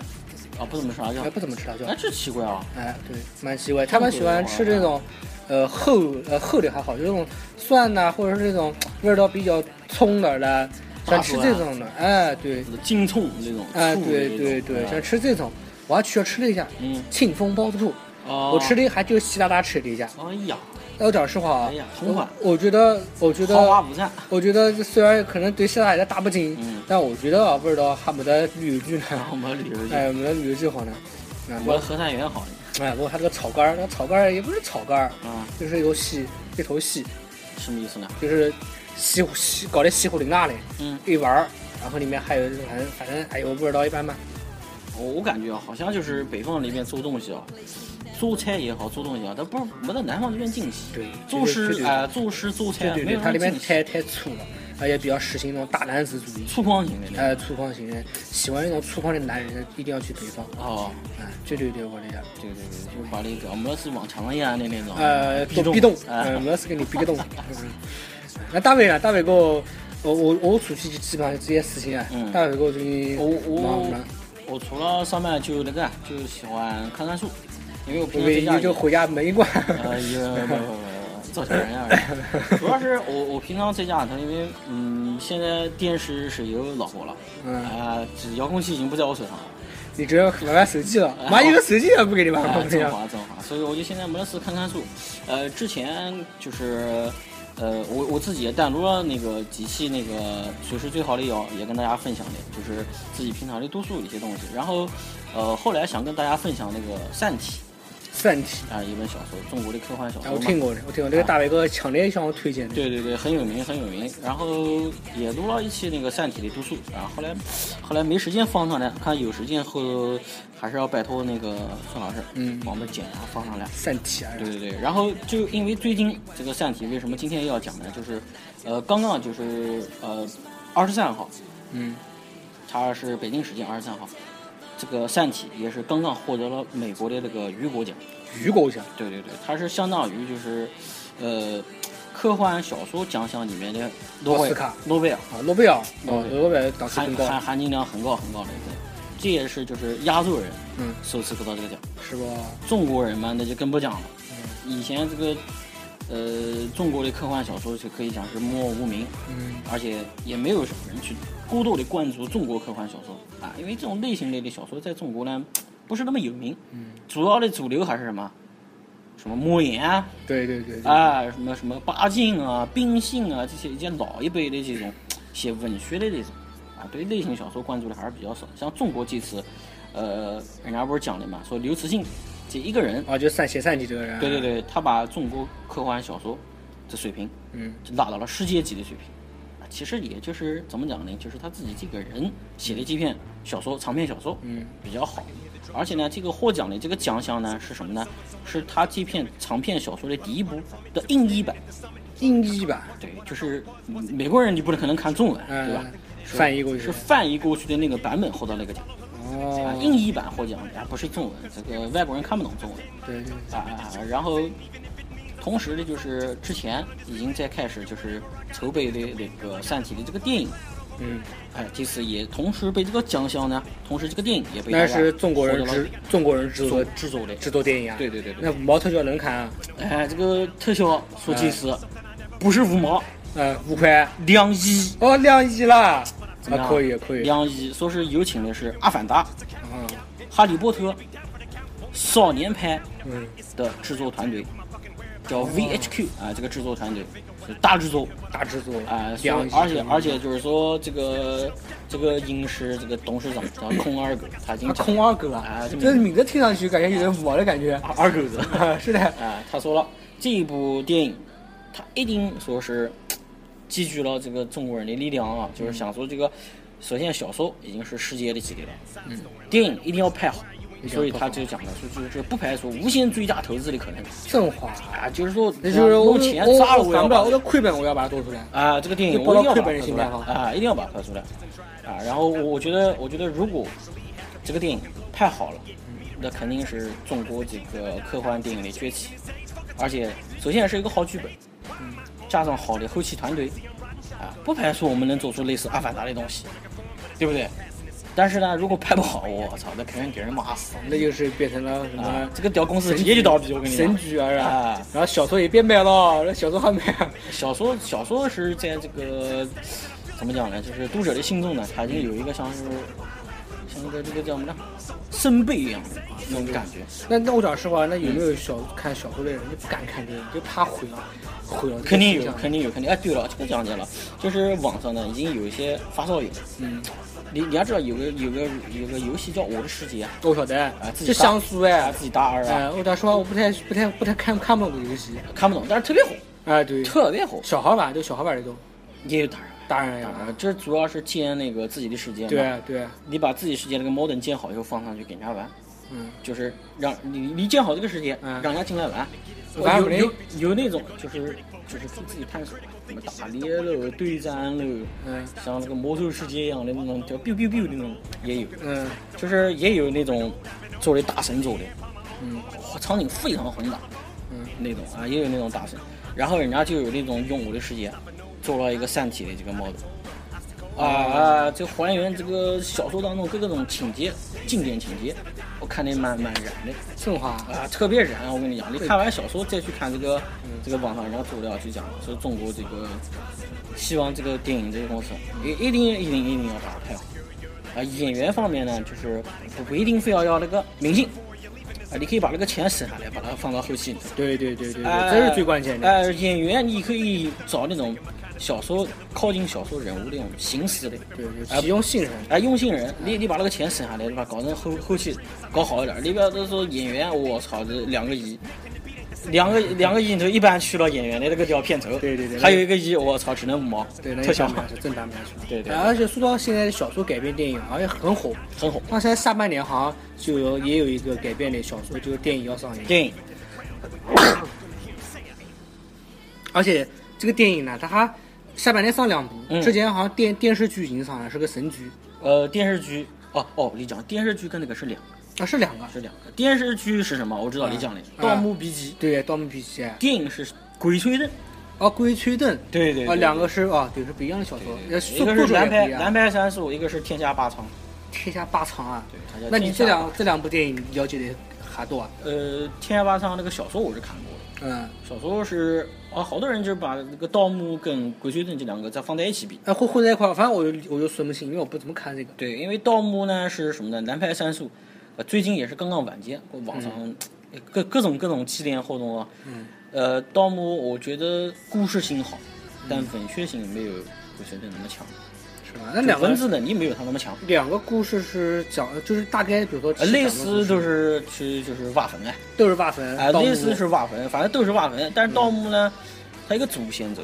B: 啊不怎么吃辣椒
A: 还，不怎么吃辣椒，
B: 哎这奇怪啊，
A: 哎，对，蛮奇怪，他们喜欢吃这种，
B: 哎
A: 呃厚呃厚的还好，就这种蒜呐、或者是这种味道比较冲点儿的，像吃
B: 啊
A: 这种的，哎，对，
B: 金葱那种，
A: 哎，
B: 醋的那
A: 对
B: 种
A: 对对，像
B: 哎
A: 吃这种，我还去了吃了一下
B: 嗯，
A: 庆丰包子铺。
B: 哦，
A: 我吃的还就稀拉拉吃了一下。
B: 哎呀，
A: 要讲实话啊
B: 哎呀，同款
A: 我我觉得，我觉
B: 豪华
A: 得，
B: 午餐，
A: 我觉得虽然可能对希腊有点打不进
B: 嗯，
A: 但我觉得啊，味道还没得旅游剧
B: 然后
A: 呢，
B: 我们旅游去，
A: 哎，没得旅游剧好呢。啊，
B: 我
A: 我
B: 的核酸园好呢，
A: 哎，我还这个炒肝儿，那炒肝儿也不是炒肝儿，
B: 啊，
A: 就是一头细，一头细，
B: 什么意思呢？
A: 就是西西搞的西葫芦辣的，
B: 嗯，
A: 一碗儿，然后里面还有这种反正反正哎呦味道一般般。
B: 我我感觉啊，好像就是北方那边做东西啊，做菜也好，做东西啊，它不是没在南方这边精细，
A: 对这个
B: 做
A: 这
B: 事
A: 个
B: 哎，做事
A: 对
B: 做菜
A: 对
B: 没
A: 对，
B: 有
A: 它
B: 那
A: 里
B: 么
A: 面
B: 精细，
A: 太太粗了，而且比较实行那种大男子主义，
B: 粗犷型的那种。
A: 呃，粗犷型人，喜欢那种粗犷的男人，一定要去北方。
B: 哦，
A: 啊，这就是对我理解。
B: 对对对，就把那个我们是往墙一样的那种。
A: 呃，
B: 啊壁
A: 都壁咚，
B: 啊
A: 嗯，我要是给你逼个洞。嗯那大伟呢？大伟哥，我我我出去基本上就这些事情啊
B: 嗯。
A: 大伟哥最近
B: 我
A: 忙不
B: 我
A: 忙？
B: 我除了上班就那个，就喜欢看看书，因为我平
A: 我
B: 常在
A: 唯
B: 家
A: 一
B: 里
A: 就回家门一关。
B: 呃，也不不不，造成人样的。主要是我我平常在家里头，因为嗯，现在电视是有老婆了，
A: 嗯，
B: 啊、这遥控器已经不在我手上了，
A: 你只要玩玩手机了，
B: 哎
A: 妈一个手机也不给你玩
B: 啊、
A: 了，我跟你
B: 正
A: 讲。
B: 好正好，所以我就现在没得事看看书。呃，之前就是。呃，我我自己也单独了那个几期那个随时最好的药也跟大家分享的，就是自己平常的读书一些东西。然后，呃，后来想跟大家分享那个《三体
A: 三体，》
B: 啊、一本小说，中国的科幻小
A: 啊
B: 说嘛。
A: 我听过的，我听过。这个大伟哥强烈向我推荐的。
B: 对对对，很有名很有名。然后也录了一期那个《三体》的读书，然后后来后来没时间放上来，看有时间后还是要拜托那个孙老师，
A: 嗯
B: 帮我们剪一下放上来。
A: 三体啊，
B: 对对对，然后就因为最近这个《三体》，为什么今天要讲呢？就是，呃，刚刚就是呃，二十三号，
A: 嗯，
B: 它是北京时间二十三号，这个《三体》也是刚刚获得了美国的这个雨果奖。
A: 雨果奖，
B: 对对对，它是相当于就是，呃，科幻小说奖项里面的诺贝
A: 奥斯卡
B: 尔，诺贝尔
A: 啊，诺贝尔，
B: 诺
A: 哦，
B: 贝尔
A: 诺贝尔档次
B: 含
A: 更
B: 含
A: 高，
B: 含金量很高很高的一个，这也是就是亚洲人
A: 嗯，
B: 首次得到这个奖，
A: 是吧？
B: 中国人嘛那就更不讲了，
A: 嗯
B: 以前这个。呃，中国的科幻小说就可以讲是默默无名，
A: 嗯，
B: 而且也没有什么人去过度的关注中国科幻小说啊，因为这种类型类的小说在中国呢不是那么有名，
A: 嗯，
B: 主要的主流还是什么，什么莫言啊，
A: 对对对，对
B: 啊，什么什么八进啊、冰心啊这些一些老一辈的这种写文学的这种啊，对类型小说关注的还是比较少。像中国这次，呃，人家不是讲的嘛，说刘慈欣这一个人，
A: 啊，就三写三体这个人，
B: 对对，对，他把中国科幻小说的水平
A: 嗯，
B: 就拉到了世界级的水平。啊其实也就是怎么讲呢，就是他自己这个人写的这篇小说、长篇小说，
A: 嗯，
B: 比较好。而且呢，这个获奖的这个奖项呢是什么呢？是他这篇长篇小说的第一部的英译版。
A: 英译版，
B: 对，就是嗯美国人你不可能看中文，对吧
A: 嗯？，翻译过去
B: 是翻译过去的那个版本获得那个奖，啊，
A: 哦，
B: 英译版获奖，啊，不是中文，这个外国人看不懂中文
A: 对对，
B: 啊啊。啊然后，同时的就是之前已经在开始就是筹备的那个《三体》的这个电影，
A: 嗯，
B: 哎，这次也同时被这个奖项呢，同时这个电影也被
A: 那
B: 大家
A: 是中国人
B: 获得了
A: 制中国人制
B: 制作
A: 作
B: 制作的，
A: 制作电影啊，
B: 对对对对，
A: 那五毛特效能看啊，
B: 哎，这个特效说
A: 哎
B: 其实不是五毛，
A: 嗯，五块，
B: 两亿。
A: 哦，两亿啦，
B: 怎么
A: 啊，
B: 样
A: 可以可以，
B: 梁一说是有请的是《阿凡达》
A: 嗯
B: 《哈利波特》少年派
A: 嗯，
B: 的制作团队，叫 VHQ 啊，这个制作团队是大制作
A: 大制作
B: 啊，所
A: 两
B: 以
A: 亿，
B: 而且而且就是说这个这个影视这个董事长
A: [LAUGHS]
B: 叫孔二狗，他已经
A: 啊，
B: 讲
A: 空二狗
B: 啊
A: 啊，
B: 这
A: 这
B: 么
A: 个名字啊听上去感觉有点五毛的感觉，
B: 二狗 [LAUGHS] 子
A: 是的，
B: 啊，他说了这一部电影，他一定说是积聚了这个中国人的力量啊，就是想说这个，首先小说已经是世界的级别了，嗯，电影一定要拍好，
A: 定要
B: 所以
A: 拍
B: 他
A: 好
B: 就讲了，就就就不排除无限追加投资的可能
A: 真话，
B: 啊，就是说
A: 那就是
B: 啊
A: 我
B: 弄钱
A: 我
B: 砸了
A: 我
B: 要
A: 还不了，
B: 把
A: 我的亏本我要把它做出来，
B: 啊，这个电影
A: 就
B: 我
A: 报
B: 一定
A: 到亏
B: 要把
A: 本
B: 它
A: 的
B: 出
A: 心
B: 来
A: 态哈
B: 啊，一定要把它拍出来啊，然后我觉得我觉得如果这个电影拍好了，那肯定是中国这个科幻电影的崛起，而且首先是一个好剧本，加上好的后期团队，啊，不排除我们能做出类似《阿凡达》的东西，对不对？但是呢，如果拍不好，我操，那肯定给人骂死
A: 那就是变成了什
B: 啊
A: 么！
B: 这个屌公
A: 嗯
B: 司
A: 神
B: 直接就
A: 剧
B: 倒闭，我跟你讲。
A: 神剧啊，是吧
B: 啊
A: 然后小说也变卖了，那小说还卖，
B: 小说小说是在这个怎么讲呢？就是读者的心中呢，它已经有一个像是像一个这个叫什么呢？生背一样的那种感觉，
A: 那那我讲实话，那有没有小看小说的人就不敢看电影，就怕毁了，毁了这个
B: 肯定
A: 形
B: 有，
A: 象
B: 肯定有，肯定。哎，对了，这个讲解了，就是网上呢已经有一些发烧友，
A: 嗯，
B: 你你要知道有个有个有个游戏叫《我的世界》啊，
A: 我晓得
B: 啊，自己
A: 就
B: 打
A: 像素
B: 啊
A: 哎
B: 自，己打二啊，
A: 哎，我讲实话，我不太不太不太看看不懂这个游戏，
B: 看不懂，但是特别火，
A: 哎，对，
B: 特别火，
A: 小孩玩就小孩玩的多，
B: 也有打人。
A: 大人
B: 打
A: 呀，
B: 人，这主要是建那个自己的世界嘛。
A: 对啊对啊，
B: 你把自己世界那个 modern 建好以后放上去给人家玩，
A: 嗯，
B: 就是让你你建好这个世界，
A: 嗯
B: 让人家进来玩。
A: 玩
B: 有
A: 不
B: 有
A: 来
B: 有那种就是就是自己探索，什么打猎喽、对战喽，
A: 嗯
B: 像那个魔兽世界一样的那种叫 biu biu biu 那种也有，
A: 嗯
B: 就是也有那种做的大神做的，
A: 嗯
B: 哇场景非常宏大，
A: 嗯
B: 那种啊，也有那种大神，然后人家就有那种用我的世界做了一个三体的这个 model，啊啊，就还原这个小说当中各个种情节、经典情节，我看的蛮蛮燃的
A: 顺滑，
B: 啊，特别燃。我跟你讲，你看完小说再去看这个
A: 嗯
B: 这个网上人家资料去讲，说中国这个希望这个电影这个公司一一定一定一定要把它拍好。啊，演员方面呢，就是不不一定非要要那个明星，啊，你可以把那个钱省下来，把它放到后期里头。
A: 对对对对对，
B: 哎
A: 这是最关键的。
B: 哎、演员你可以找那种小说靠近小说人物那种形式的，
A: 对对，启用信任。
B: 哎，用心人，你你把那个钱省下来，对吧？搞成后后期搞好一点，你不要都说演员，我操，这两个亿。两个两个亿里头，一般去了演员的那个叫片酬，
A: 对对对
B: 还有一个亿，我操，只能五毛，
A: 对，那
B: 特
A: 也
B: 效
A: 打不下去，真打不下去。
B: 对对
A: 哎而且说到现在的小说改编电影，好像很火。
B: 很火。
A: 那现在下半年好像就有也有一个改编的小说，就是电影要上映。
B: 电影，
A: 而且这个电影呢，它还下半年上两部，
B: 嗯
A: 之前好像电电视剧已经上了，是个神剧
B: 呃，电视剧，哦哦，你讲电视剧跟那个是两个，
A: 啊，是两个。
B: 是两个。电视剧是什么？我知道你讲的《
A: 嗯
B: 盗墓笔记》
A: 对，《盗墓笔记》啊，
B: 电影是《鬼吹灯》。
A: 《鬼吹灯》
B: 对对
A: 啊，两个是啊，对，是不一样的小说，呃
B: 一个
A: 作
B: 是
A: 者也
B: 南
A: 不
B: 派
A: 一样
B: 南派三叔，一个是天下霸唱。
A: 天下霸唱啊。
B: 对，他叫
A: 那你
B: 天
A: 这
B: 下
A: 两这两部电影了解的还多啊？
B: 呃天下霸唱那个小说我是看过的，
A: 嗯，
B: 小说是啊，好多人就是把那个盗墓跟鬼吹灯这两个再放在一起比。
A: 哎，混混在一块儿，反正我就我就分不清，因为我不怎么看这个。
B: 对，因为盗墓呢是什么呢？南派三叔，呃，最近也是刚刚完结，网上、呃各各种各种纪念活动啊。
A: 嗯。
B: 呃，盗墓我觉得故事性好，但文学性没有鬼吹灯那么强，
A: 是吧？那
B: 就
A: 两个
B: 文字能力没有他那么强。
A: 两个故事是讲，就是大概比如说
B: 呃，类似就是是去就是挖坟哎，
A: 都是挖坟，
B: 哎，
A: 盗墓
B: 类似是挖坟，反正都是挖坟。但是盗墓呢，它一个主线走，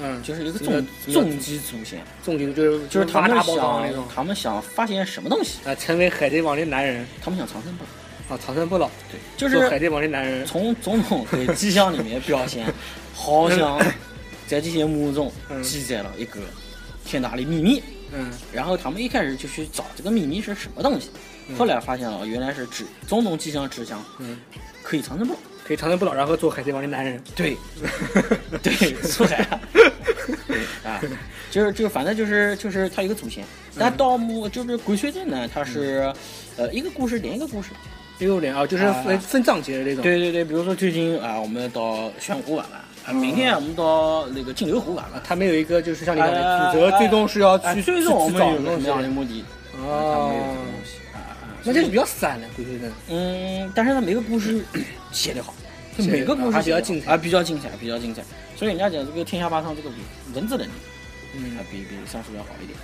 A: 嗯，
B: 就是一个
A: 这
B: 重
A: 个这个
B: 重击主线，
A: 重景就是
B: 就是他
A: 挖
B: 们
A: 大宝藏那种
B: 想，他们想发现什么东西，
A: 啊，成为海贼王的男人
B: 他们想长生不老。
A: 啊，长生不老，
B: 对，就
A: 做海
B: 是
A: 贼王的男人，
B: 从种
A: [LAUGHS]
B: 种的迹象里面表现，好像在这些墓中
A: 嗯
B: 记载了一个天大的秘密。
A: 嗯
B: 然后他们一开始就去找这个秘密是什么东西，后来发现了原来是指种种迹象指向
A: 嗯，
B: 可以长生不老。
A: 可以长生不老，然后做海贼王的男人，
B: [LAUGHS] 对，对，啊出来了，对 [LAUGHS] 啊，就是就是，反正就是就是它有一个主线，但盗墓就是鬼吹灯呢，它是呃一个故事连一个故事，
A: 六六年啊，就是
B: 啊
A: 分分章节的那种，
B: 对对对，比如说最近啊，我们到玄武湖玩玩，啊，明天我们到那个金流湖玩玩，
A: 啊他们有一个就是像你讲
B: 啊
A: 的，主责哎最终是要
B: 啊
A: 去
B: 最终我
A: 去
B: 们
A: 找
B: 有
A: 东
B: 什么
A: 西
B: 样的目的？啊，没有什
A: 哦
B: 么，东西啊啊，啊
A: 那就是比较散的鬼吹灯，
B: 嗯，但是它每个故事 [CLEARS THROAT] 写得好，就
A: 写得
B: 每个
A: 好
B: 故事
A: 还比较
B: 写得好
A: 精彩
B: 啊，比较精彩，比较精彩。所以人家讲这个天下霸唱这个文字能力，
A: 嗯
B: 啊，，比比上述要好一点，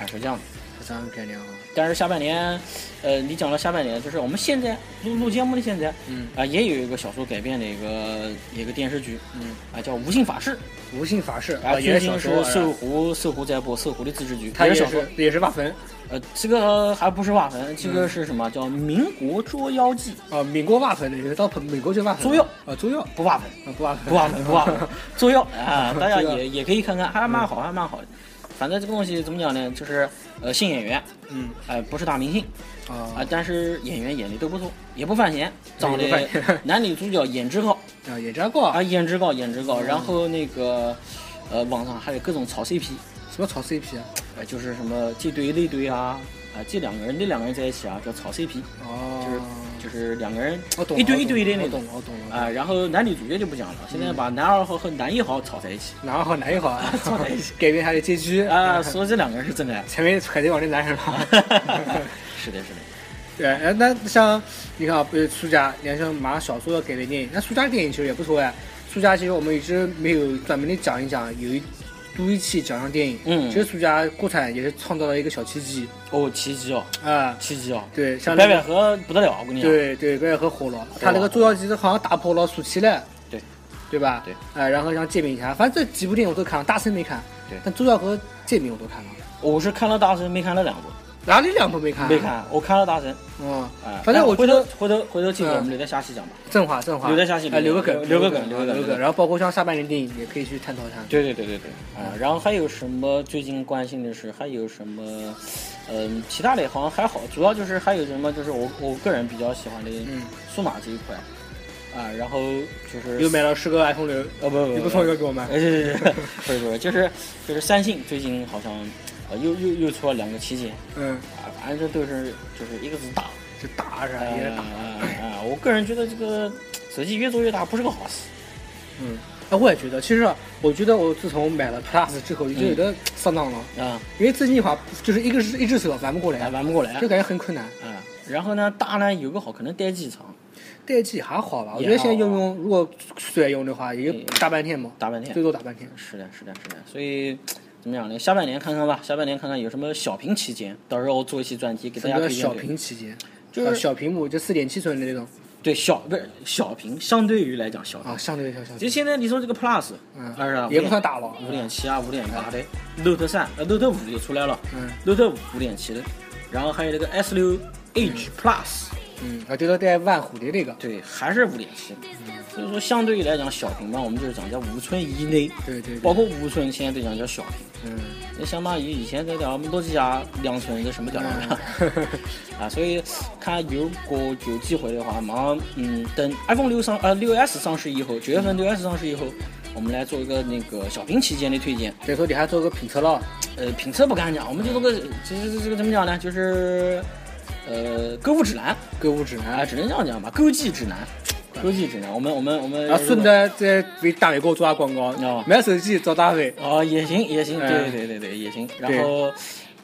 B: 啊，是这样的。
A: 这样概念啊，
B: 但是下半年，呃，你讲到下半年，就是我们现在录录节目的现在，
A: 嗯
B: 啊、也有一个小说改编的一个一个电视剧，
A: 嗯，
B: 啊、叫《无心法事》，
A: 无性法师
B: 啊、
A: 啊，也是
B: 最近
A: 小
B: 是
A: 说，
B: 搜狐搜狐在播，搜狐的自制剧，
A: 他
B: 也
A: 也
B: 是小说
A: 是，也是挖坟
B: 呃，这个还不是挖坟，这
A: 嗯
B: 个是什么？叫《民国捉妖记》，
A: 啊，美国挖坟的，有的到美国去挖坟，
B: 左右
A: 啊，左右啊，
B: 不挖坟。
A: 不挖坟，
B: 不挖门
A: [LAUGHS]
B: 不挖门，作妖啊，大家
A: 作妖嗯
B: 也也可以看看，还蛮好，还蛮好的。反正这个东西怎么讲呢，就是呃新演员，
A: 嗯
B: 呃不是大明星啊、
A: 啊
B: 但是演员演的都不错，也不犯闲，长
A: 也不犯
B: 得
A: 闲
B: [LAUGHS] 男女主角颜值高
A: 啊，也扎过
B: 啊，
A: 啊，
B: 颜值高颜值高。
A: 嗯
B: 然后那个呃网上还有各种炒 CP，
A: 什么炒 CP 啊？
B: 呃就是什么这对那对啊，啊这两个人那两个人在一起啊叫炒 CP，就是
A: 哦，
B: 就是两个人
A: 我懂了，
B: 一对一对的那
A: 我
B: 种
A: 懂了，嗯我懂了。
B: 啊、然后男女主角就不讲了，现在把男二号和男一号炒在一起。
A: [LAUGHS] 男二号、男一
B: [LAUGHS]
A: 号啊
B: 凑在
A: [LAUGHS]
B: 一起，
A: 改变他的结局 [LAUGHS]
B: 啊，，说这两个人是真的。
A: 成为海贼王的男
B: [LAUGHS]
A: 人了。
B: 是的，是的。
A: 对，哎，那像你看啊，不是苏家，你看像马上小说要改编电影，那苏家电影其实也不错哎。苏家其实我们一直没有专门的讲一讲，有一读一期讲讲电影。
B: 嗯
A: 其实苏家国产也是创造了一个小奇迹
B: 哦，奇迹哦，
A: 啊、
B: 奇迹哦，
A: 对，像那
B: 白
A: 个
B: 百合不得了，我跟你讲。
A: 对对，不要喝火了。他那个《捉妖记》好像打破了暑期了，
B: 对
A: 对吧？
B: 对
A: 哎、然后像《煎饼侠》，反正这几部电影我都看了，《大圣》没看，
B: 对
A: 但《捉妖》和《煎饼》我都看了。
B: 我是看了大神，没看了两部。
A: 哪里两部没看？啊
B: 没。看，我看了大神。
A: 嗯
B: 啊，，
A: 反正我觉
B: 回
A: 得
B: 头回头回头听我们
A: 嗯
B: 留在下期讲吧。
A: 正话正话，
B: 留在下期
A: 哎留个梗，
B: 留留个
A: 个
B: 梗
A: 留
B: 留个
A: 留
B: 梗留个梗
A: 然后包括像下半年电影也可以去探讨探讨。
B: 对对对对对，啊、然后还有什么最近关心的事？还有什么？嗯、其他的好像还好，主要就是还有什么？就是我我个人比较喜欢的
A: 嗯
B: 数码这一块，啊、然后就是
A: 又买了十个 iPhone 六，
B: 呃不不
A: 你
B: 不
A: 不送一个给我吗？
B: 哎，是是是，不是不是，就是就是三星最近好像呃又又又出了两个旗舰
A: 嗯，
B: 啊，反正这都是就是一个字大，
A: 这大是吧
B: 啊
A: 也是
B: 啊
A: 大。
B: 啊！我个人觉得这个手机越做越大不是个好事，
A: 嗯，哎，我也觉得，其实啊我觉得我自从买了 Plus 之后，就有点上当了，
B: 啊，
A: 因为最近好像就是一个是一只手玩不过来
B: 哎，玩不过来
A: 就感觉很困难。
B: 啊。然后呢，大呢有个好，可能待机长，
A: 待机还好吧，我
B: 也
A: 觉得现在
B: 还好
A: 应用如果随便用的话，也就
B: 嗯
A: 大半天嘛，
B: 大半天
A: 最。多打半天。
B: 是的，是的，是的。所以怎么讲呢？下半年看看吧，下半年看看有什么小屏旗舰，到时候做一期专题给
A: 什
B: 大家
A: 么
B: 推荐。
A: 小屏旗舰？
B: 就是
A: 呃小屏幕，就四点七寸的那种
B: 对小不是小屏，相对于来讲小屏。
A: 啊，相对小小
B: 其实
A: 屏，
B: 现在你说这个 Plus，
A: 嗯
B: 二十二
A: 也不算大了
B: 五点七啊，五点八的 Note 三、呃 Note 五也出来了，
A: 嗯
B: Note 五五点七的，然后还有那个 S 六 Edge Plus，
A: 嗯，啊，对了，带万虎的那个，
B: 对，还是五点七。
A: 嗯
B: 所以说相对于来讲小屏吧，我们就是讲在五寸以内，
A: 对对
B: 包
A: 对，
B: 括五寸现在都讲叫小屏。
A: 嗯，
B: 那相当于以前在讲我们诺基亚两寸一个什么屌玩意儿 [LAUGHS] 啊，所以看如果有机会的话，马上嗯等 iPhone 六上呃六 S 上市以后，九月份六 S 上市以后，我们来做一个那个小屏旗舰的推荐。
A: 再说你还做个评测了，
B: 呃，评测不敢讲，我们就做个这这这个怎么讲呢？就是呃购物指南
A: 购物指
B: 啊，
A: 南，
B: 只能这样讲吧，购机指南，购机指南。我们我们我们
A: 然后啊顺着再为大伟给我做下广告
B: 哦，
A: 买手机找大伟，
B: 哦，也行也行，对
A: 嗯
B: 对对对也行。然后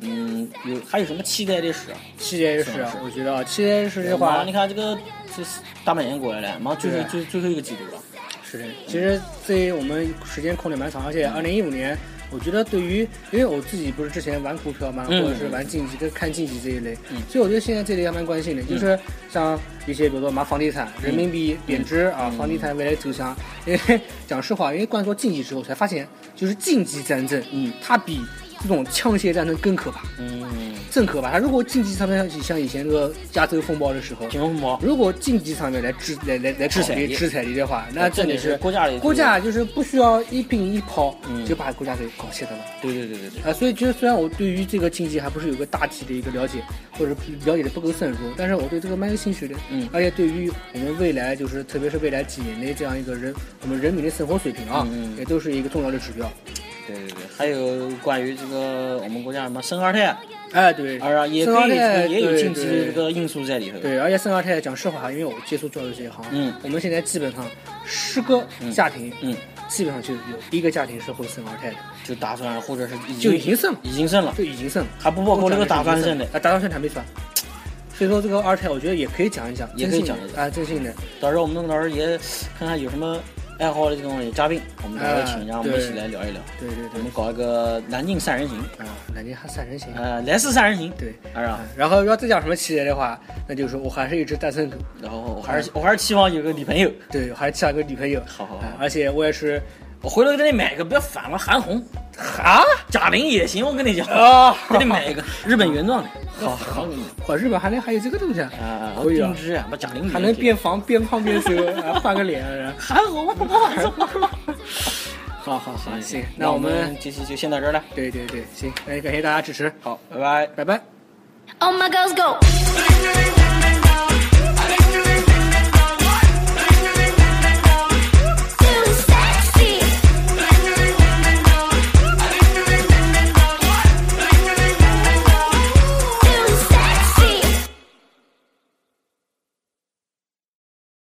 B: 嗯有还有什么期待的事啊？
A: 七 S，
B: 是是
A: 我觉得啊七 S 的
B: 马
A: 话
B: 上你看这个这是大半年过来了，马上最后最最后一个季度了。
A: 是的，其实对我们时间空的蛮长，而且
B: 嗯
A: 二零一五年。我觉得对于，因为我自己不是之前玩股票嘛，
B: 嗯
A: 或者是玩竞技跟看竞技这一类，
B: 嗯
A: 所以我觉得现在这类还蛮关心的，就是像一些比如说买房地产、
B: 嗯
A: 人民币贬值啊，房地产未来走向。因为讲实话，因为关注竞技之后才发现，就是竞技战争，
B: 嗯，
A: 它比这种枪械战争更可怕，
B: 嗯，
A: 更可怕。它如果竞技上面像像以前那个加州风暴的时候，
B: 金融风暴，
A: 如果竞技上面来制来来来
B: 制裁
A: 搞这
B: 你
A: 制裁你的话，那
B: 哦这
A: 真
B: 里
A: 的
B: 是
A: 是
B: 国家的
A: 国家就是不需要一兵一炮
B: 嗯
A: 就把国家给搞卸了嘛。
B: 对对对对对，
A: 啊，所以其实虽然我对于这个经济还不是有个大体的一个了解，或者了解的不够深入，但是我对这个蛮有兴趣的。
B: 嗯
A: 而且对于我们未来，就是特别是未来几年的这样一个人，我们人民的生活水平啊，
B: 嗯嗯
A: 也都是一个重要的指标。
B: 对对对，还有关于这个我们国家什么生二胎，
A: 哎，对，
B: 二啊也
A: 生
B: 可
A: 二
B: 以
A: 胎
B: 也有
A: 对
B: 经济的
A: 对
B: 这个因素在里头。
A: 对，而且生二胎讲实话，因为我接触教育这一行，
B: 嗯
A: 我们现在基本上十个家庭，
B: 嗯，
A: 基本上就有一个家庭是会生二胎的，
B: 就打算或者是已
A: 就已经生了
B: 已经生了，
A: 就已经生了，
B: 还不包括那个打算生的
A: 啊，。打算生还没算。 [LAUGHS] 所以说这个二胎，我觉得也可以讲一讲，
B: 也可以讲一讲
A: 啊，真心的，
B: 到时候我们到时候也看看有什么爱好的这种嘉宾，我们到时候请，
A: 哎
B: 让我们一起
A: 对
B: 来聊一聊。
A: 对对
B: 我
A: 对
B: 们，搞一个南京三人行，
A: 啊，南京还三人行，
B: 呃，来世三人行，
A: 对，
B: 二啊
A: 啊。然后要再讲什么企业的话，那就是我还是一只单身狗，
B: 然后我还是我还是期望有个女朋友，
A: 对，我还是想个女朋友，
B: 好好好
A: 啊而且我也是
B: 我回头给你买一个，不要反了，韩红、
A: 啊
B: 贾玲也行，我跟你讲，
A: 啊，
B: 给你买一个日本原装的，
A: 好好，我日本还能还有这个东西啊
B: 啊，
A: 可以啊
B: 定制啊，把贾玲买一个
A: 还能变防变胖变瘦，啊换个脸，然后
B: 韩红，我我
A: 好好好，行，那
B: 那我
A: 我们
B: 们这期就先到这儿了，
A: 对对对，行，哎，感谢大家支持，
B: 好，拜拜。
A: 拜拜。
D: All my girls go.